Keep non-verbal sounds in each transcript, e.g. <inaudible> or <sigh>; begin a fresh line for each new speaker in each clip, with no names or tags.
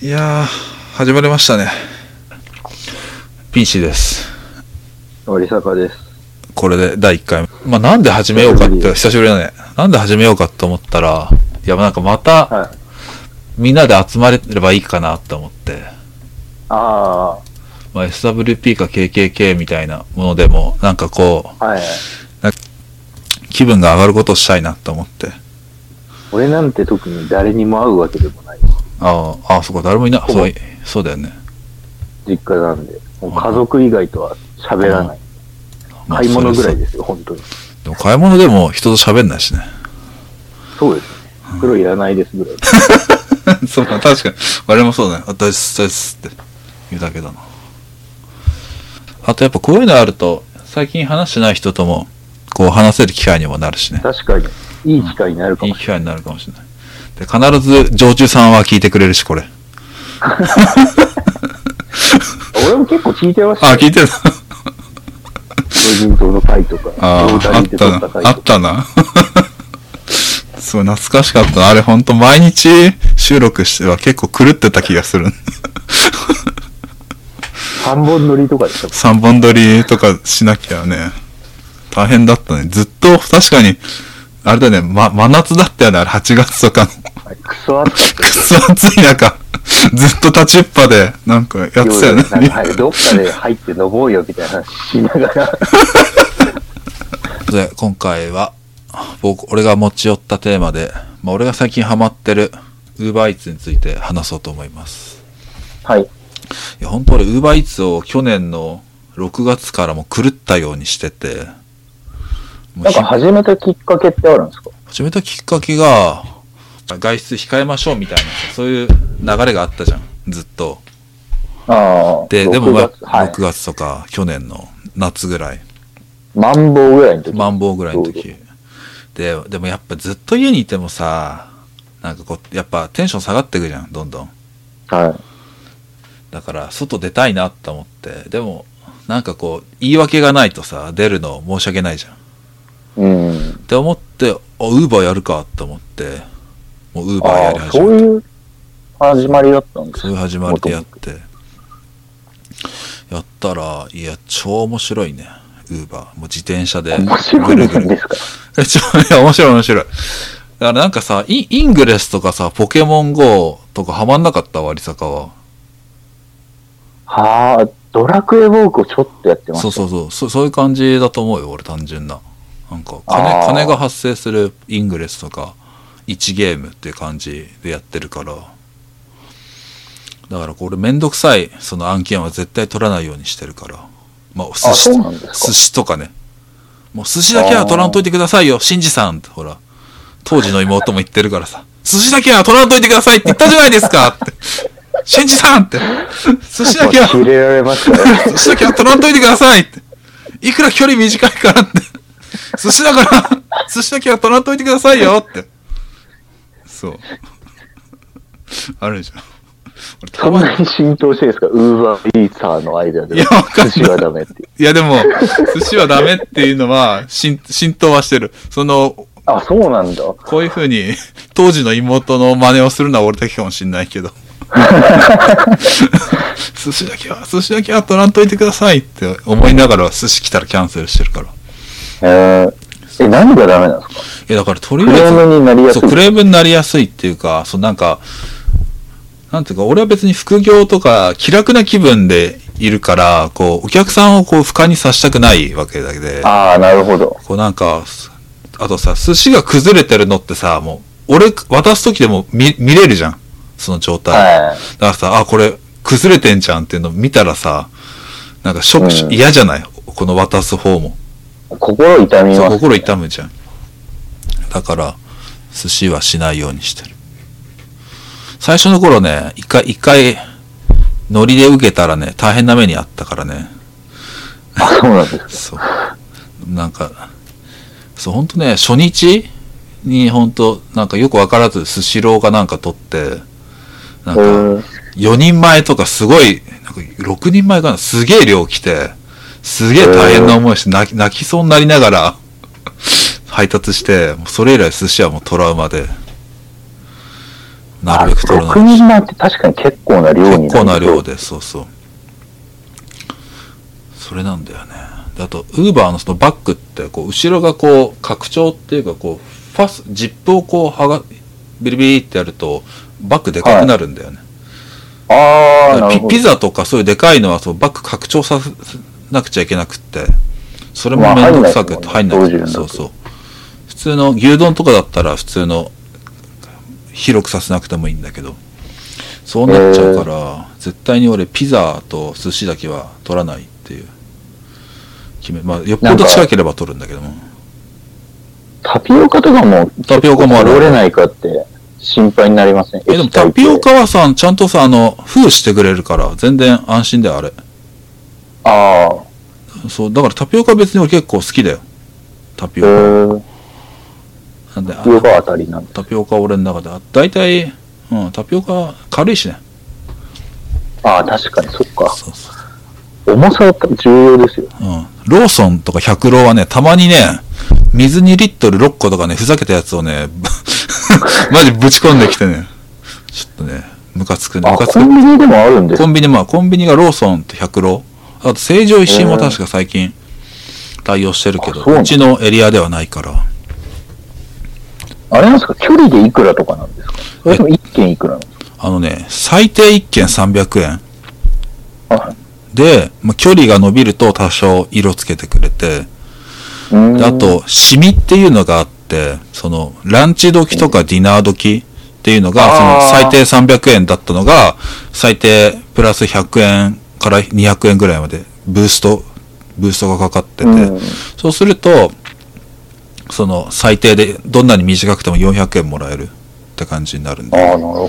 いやー、始まりましたね。ピンシーです。
森坂です。
これで第1回目。まあ、なんで始めようかって、久しぶりだね。なんで始めようかと思ったら、いや、なんかまた、
はい。
みんなで集まれればいいかなと思って、
あ
まあ、SWP か KKK みたいなものでも、なんかこ
あ、はい。
う、気分が上がることをしたいなと思って。
俺なんて特に誰にも会うわけでもない。
ああ、ああ、そっか、誰もいな、
そう
そうい、そうだよね。
実家なんで。もう家族以外とは喋らない。
まあ
買い物ぐらい
それ
ですよ、本当に。
そうでも買い物でも人と喋んないしね。
そうですね。袋いらないですぐらい。
<laughs> そうか、確かに。我もそうだね。あ、大事、大事って言うだけだな。あとやっぱこういうのあると、最近話してない人とも、こう話せる機会にもなるしね。
確かに、いい機会になるか
いい
もし
機会になるかもしれない。で、必ず常駐さんは聞いてくれるし、これ。
れない。俺も結構聞いてました
あ、
よ。
聞いてる
無人島の会とか、 <laughs>
あ
ロー
あ、
タ
あ
リ
っ
ーで
た
撮っ
な
た会。
あ
と
っ
か。
たな。 <laughs> すごい懐かしかったな。あれほんと毎日収録しては結構狂ってた気がする。
三本乗りとかでしたもん
三本撮りとかしなきゃね、大変だったね。ずっと、確かに、あれだね、ま、真夏だったよね、あれ、8月とかの。
はいクソ暑かった
くそ暑い中、ずっと立ちっぱで、なんかやってた
です
よね。
なんかはいどっかで入って飲もうよみたいな話しなが
<laughs>
ら。
で、今回は、僕、俺が持ち寄ったテーマで、まあ、俺が最近ハマってる、ウーバーイーツについて話そうと思います。
はい。
いや、本当俺、ウーバーイーツを去年の6月からもう狂ったようにしてて、もう
なんか
ひ
始めたきっかけってあるんですか
始めたきっかけが、外出控えましょうみたいな、そういう流れがあったじゃん、ずっと。
ああ。
で、でも、ま
6
あ
月はい
6。月とか、去年の夏ぐらい、
マンボウぐらいの時。
マンボウぐらいの
ち
時。で、でもやっぱずっと家にいてもさ、なんかこう、やっぱテンション下がってくじゃん、どんどん。
は
だから、外出たいなって思って、でも、なんかこう、言い訳がないとさ、出るの申し訳ないじゃん。
い。うん
っ。て思って、あ、ウーバーやるかって思って、もうウーバーや
あ
り始
あ、
めた
そういう始まりだったんです
そういう始まりでやって。やったら、いや、超面白いね。ウーバー。もう自転車で。
面白
ぐる
い
ぐ
んで
る。
すか
え、ちょ、いや、面白い面白い。だからなんかさ、インイングレスとかさ、ポケモン GO とかハマんなかった割り坂は。
はあ、ドラクエウォークをちょっとやってます。
そうそうそう。そそういう感じだと思うよ、俺、単純な。なんか、
あ
金、
ー
金が発生するイングレスとか、1ゲームっていう感じでやってるから。だから、これめんどくさい、その案件は絶対取らないようにしてるから。まあ、お寿
あ、
司
そう、なんですか
寿司とかね。もう寿司だけは取らんといてくださいよ、シンジさんって、ほら。当時の妹も言ってるからさ、寿司だけは取らんといてくださいって言ったじゃないですか
<laughs>
って。シンジさんって。寿司だけは。
もう入れられまし
<laughs>
たね。
寿司だけは取らんといてくださいって。いくら距離短いからって。寿司だから、寿司だけは取らんといてくださいよって。そう。あるじゃん。俺
そ
た
ん
まに
なに浸透してるんですかウーバーイーサーの間で。
いやわかんない
寿司はダメっていう。
いやでも、寿司はダメっていうのは、浸浸透はしてる。その、
あ、そうなんだ。
こういう風に、当時の妹の真似をするのは俺だけかもしんないけ <laughs> ど。寿司だけは、寿司だけは取らんといてくださいって思いながら寿司来たらキャンセルしてるから。
えー、え、何がダメなんですか
いやだからとりあ
ク
えず、
レームになりやすい
そう、。クレームになりやすいっていうか、そうなんか、なんていうか、俺は別に副業とか気楽な気分でいるから、こう、お客さんをこう、不可にさせたくないわけだけで、
ああ、なるほど。
こうなんか、あとさ、寿司が崩れてるのってさ、もう、俺、渡す時でも見、見れるじゃん。その状態。
は
だからさ、あ、これ、崩れてんじゃんっていうの見たらさ、なんかショックし、
うん
嫌じゃないこの渡す方も。
い。心痛み
そう
ます。
心痛むじゃん。だから、寿司はしないようにしてる。最初の頃ね、一回、一回、ノリで受けたらね、大変な目にあったからね。
あ、そうなんですか。
そう。なんか、そう、ほんとね、初日にほんと、なんかよくわからず、スシローかなんか取って、なん
え
か、
ー、
4人前とかすごい、なんか6人前かな、すげえ量来て、すげえ大変な思いして、泣き泣きそうになりながら配達して、もうそれ以来寿司はもうトラウマで、なるべく取ら
6
ない
人なんて確かに結構な量に
結構な量
で。
でそうそうそれなんだよねであとウーバーのそのバッグってこう後ろがこう拡張っていうかこうファスジップをこうはがビリビリってやるとバッグでかくなるんだよね、
ああ、なる
ピ
ほど。
ピザとかそういうでかいのはそうバッグ拡張させなくちゃいけなくってそれも
まあ
面倒くさくて入
入
ん
ん
な
ないい
ん
も
だ
んね
けどそう
当時
そう普通の牛丼とかだったら普通の広くさせなくてもいいんだけどそうなっちゃうから、絶対に俺ピザと寿司だけは取らないっていう決めまあよっぽど近ければ取るんだけども
タピオカとかも、
タピオカもある
折れないかって心配になりません。
えでも
液体
タ
って
ピオカはさちゃんとさあの封してくれるから全然安心だよあれ
ああ、
そうだからタピオカ別に俺結構好きだよタピ
へ
オカ
ー
なんで
タピオカあたりなんで。
タピオカは俺の中であ大体、うん、タピオカ軽いしね
ああ、確かに、そっか。
そうそう、
重さは重要ですよ。
うん、ローソンとか百郎はねたまにね水2リットル6個とかねふざけたやつをね <laughs> ぶマジぶち込んできてねちょっとねムカつくね
あ、
ムカつ
コ
く
ンビニでもあるんです
コンビニまあコンビニがローソンと百郎あと成城石井も確か最近対応してるけど
あそうな
う
の
ちのエリアではないから
あれなんですか距離でいくらとかなんですかそれとも1軒いくらなんです
あのね最低1件300円
かはい
で、まあ、距離が伸びると多少色つけてくれて
うーん
であと、シミっていうのがあって、その、ランチ時とかディナー時っていうのが、その、
あー
最低300円だったのが、最低プラス100円から200円ぐらいまで、ブースト、ブーストがかかってて、
うん
そうすると、その、最低で、どんなに短くても400円もらえるって感じになるん
ああ、
で。
なるほ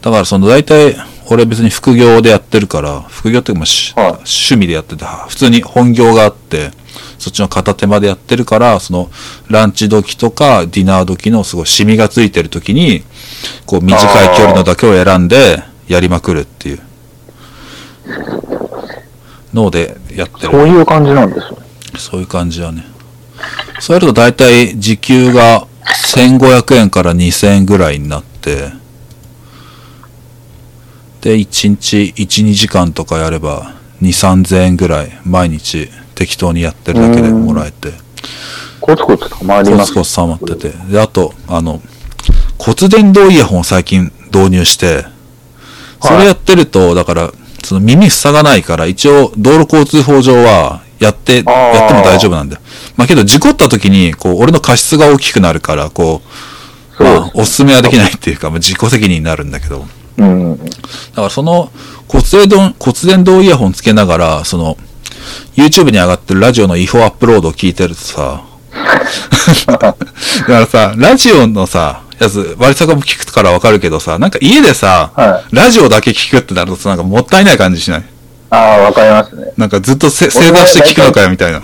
だから、その、大体、俺別に副業でやってるから、副業っていうかまあ、し
はい
趣味でやってて、普通に本業があって、そっちの片手間でやってるから、その、ランチ時とか、ディナー時の、すごい、シミがついてる時に、こう、短い距離のだけを選んで、やりまくるっていう。ので、やって
ど。
る。
そういう感じなんですよね。
そういう感じだね。そうやると大体時給が1500円から2000円ぐらいになって、で、1日1、2時間とかやれば2、3000円ぐらい毎日適当にやってるだけでもらえて、
コツコツたまり
コ
ま
ツ
す。
コツ溜まってて。で、あと、あの、骨伝導イヤホンを最近導入して、それやってると、だから、その耳塞がないから、一応、道路交通法上は、やって、やっても
あー
大丈夫なんだよ。まあけど、事故った時に、こう、俺の過失が大きくなるから、こう、ま
そう
あ、おすすめはできないっていうか、まあ、自己責任になるんだけど。
うん。 <laughs>
だからその骨伝導骨伝導イヤホンつけながら、その、YouTube に上がってるラジオの違法アップロードを聞いてるとさ、 <laughs> だからさ、ラジオのさ、やつ、割り坂も聞くからわかるけどさ、なんか家でさ、
は
ラジオだけ聞くってなるとさ、なんかもったいない感じしない
ああ、わかりますね。
なんかずっとせ正座して聞くのかよみたいな。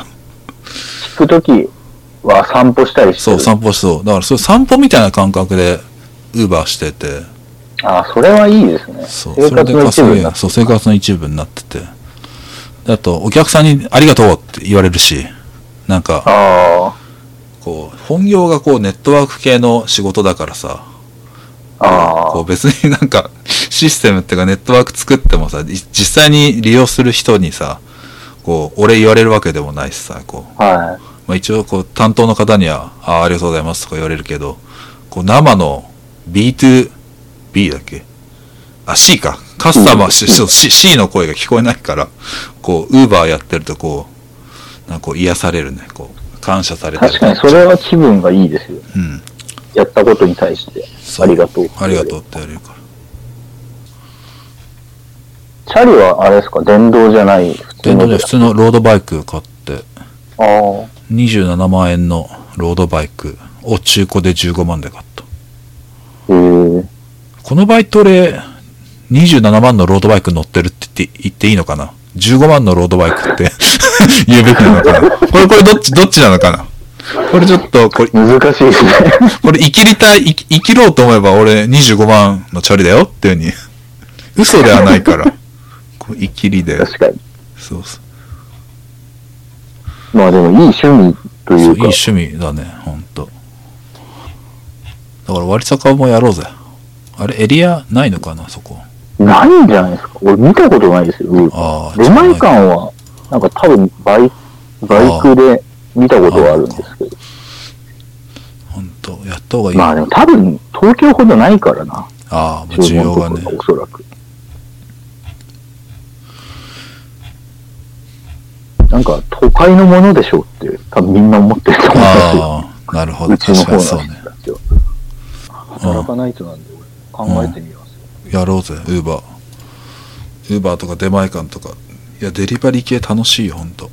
聞くときは散歩したりして
そ
る。
う、散歩しそう。だからそういう散歩みたいな感覚で、ウーバーしてて、
ああ、それはいいですね。
そう、
生
それ
活
で
の一部
稼
に
げ
な
る
っ。
そう、生活の一部になってて。であと、お客さんにありがとうって言われるし、なんか、
あ
こう、本業がこう、ネットワーク系の仕事だからさ、
あ、あ
こ
あ、
う別になんか、システムっていうかネットワーク作ってもさ、い実際に利用する人にさ、こう、俺言われるわけでもないしさ、こう、
は
まあ一応こう、担当の方には、ああ、ありがとうございますとか言われるけど、こう、生の B2B だっけあ、C か。カスタマー、しそう C, C の声が聞こえないから、こう、ウーバーやってるとこう、なんかこう癒されるね、こう、感謝さ
い。
れたり
確かにそれは気分がいいですよ。
うん。
やったことに対して。
そ
ありがとう。
ありがとうっ。てやれるから。
チャリはあれですか電動じゃない普通
電動
の
で普通のロードバイク買って、
ああ。
27万円のロードバイクを中古で15万で買った。
えー、
このバイト俺、27万のロードバイク乗ってるって言って言っていいのかな ?15 万のロードバイクって <laughs> 言うべきなのかなこれ、これどっち、どっちなのかなこれちょっと、これ、
難しいですね。
これ生きりたい、生き生きろうと思えば俺25万のチャリだよっていうふうに。嘘ではないから。こう生きりで。
確かに。
そうそう。
まあでもいい趣味と
そ
い
うういい
か、
趣味だね、ほんと。だから割り坂もやろうぜ。あれ、エリアないのかな、そこ。
ないんじゃないですか俺見たことないですよ。うん
ああ、
出前
じゃない
館は、なんか多分バイバイクで見たことはあるんですけど。
ほんと、やった方がいい。
まあでも多分東京ほどないからな。
ああ、まあ需要がね
注文と。かおそらく。なんか都会のものでしょうって多分みんな思ってると思
ああ、なるほ
うん
ど。
ですよ。うち
確
の方
かにそ
の
う
人
ね。
たちは。働かないとなんで俺考えてみます。
やろうぜ、ウーバー。ウーバーとか出前館とか。いや、デリバリー系楽しいよ、ほんと。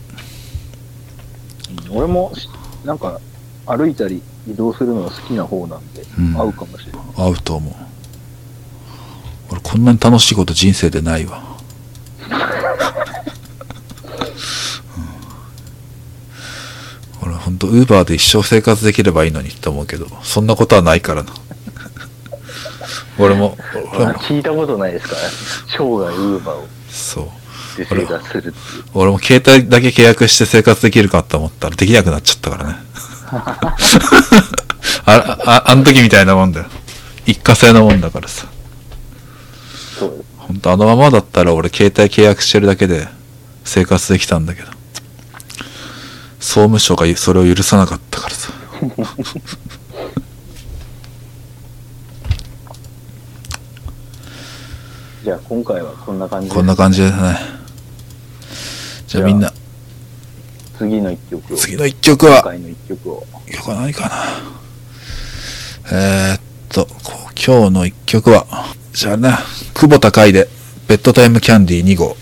俺もしなんか歩いたり移動するのが好きな方なんで、
うん
合うかもしれな
合
い。
うと思う。俺、こんなに楽しいこと人生でないわ。うん俺、ほんと、ウーバーで一生生活できればいいのにって思うけど、そんなことはないからな。俺も、俺も、
聞いたことないで
<laughs>
すから、生涯ウーバーを
そう。
で
生活
するって
俺も携帯だけ契約して生活できるかと思ったらできなくなっちゃったからね。あ、あ、あの時みたいなもんだよ。一過性のもんだからさ。
そうです。
ほんとあのままだったら俺携帯契約してるだけで生活できたんだけど。総務省がそれを許さなかったからさ。
じゃあ今回はこんな感じで
こんな感じですね。じゃあみんな、
次の一曲を、
次の一曲
今
は、
回の一曲を。
曲は何かなえー、っと、こう今日の一曲は、じゃあね、久保高いで、ベッドタイムキャンディー2号。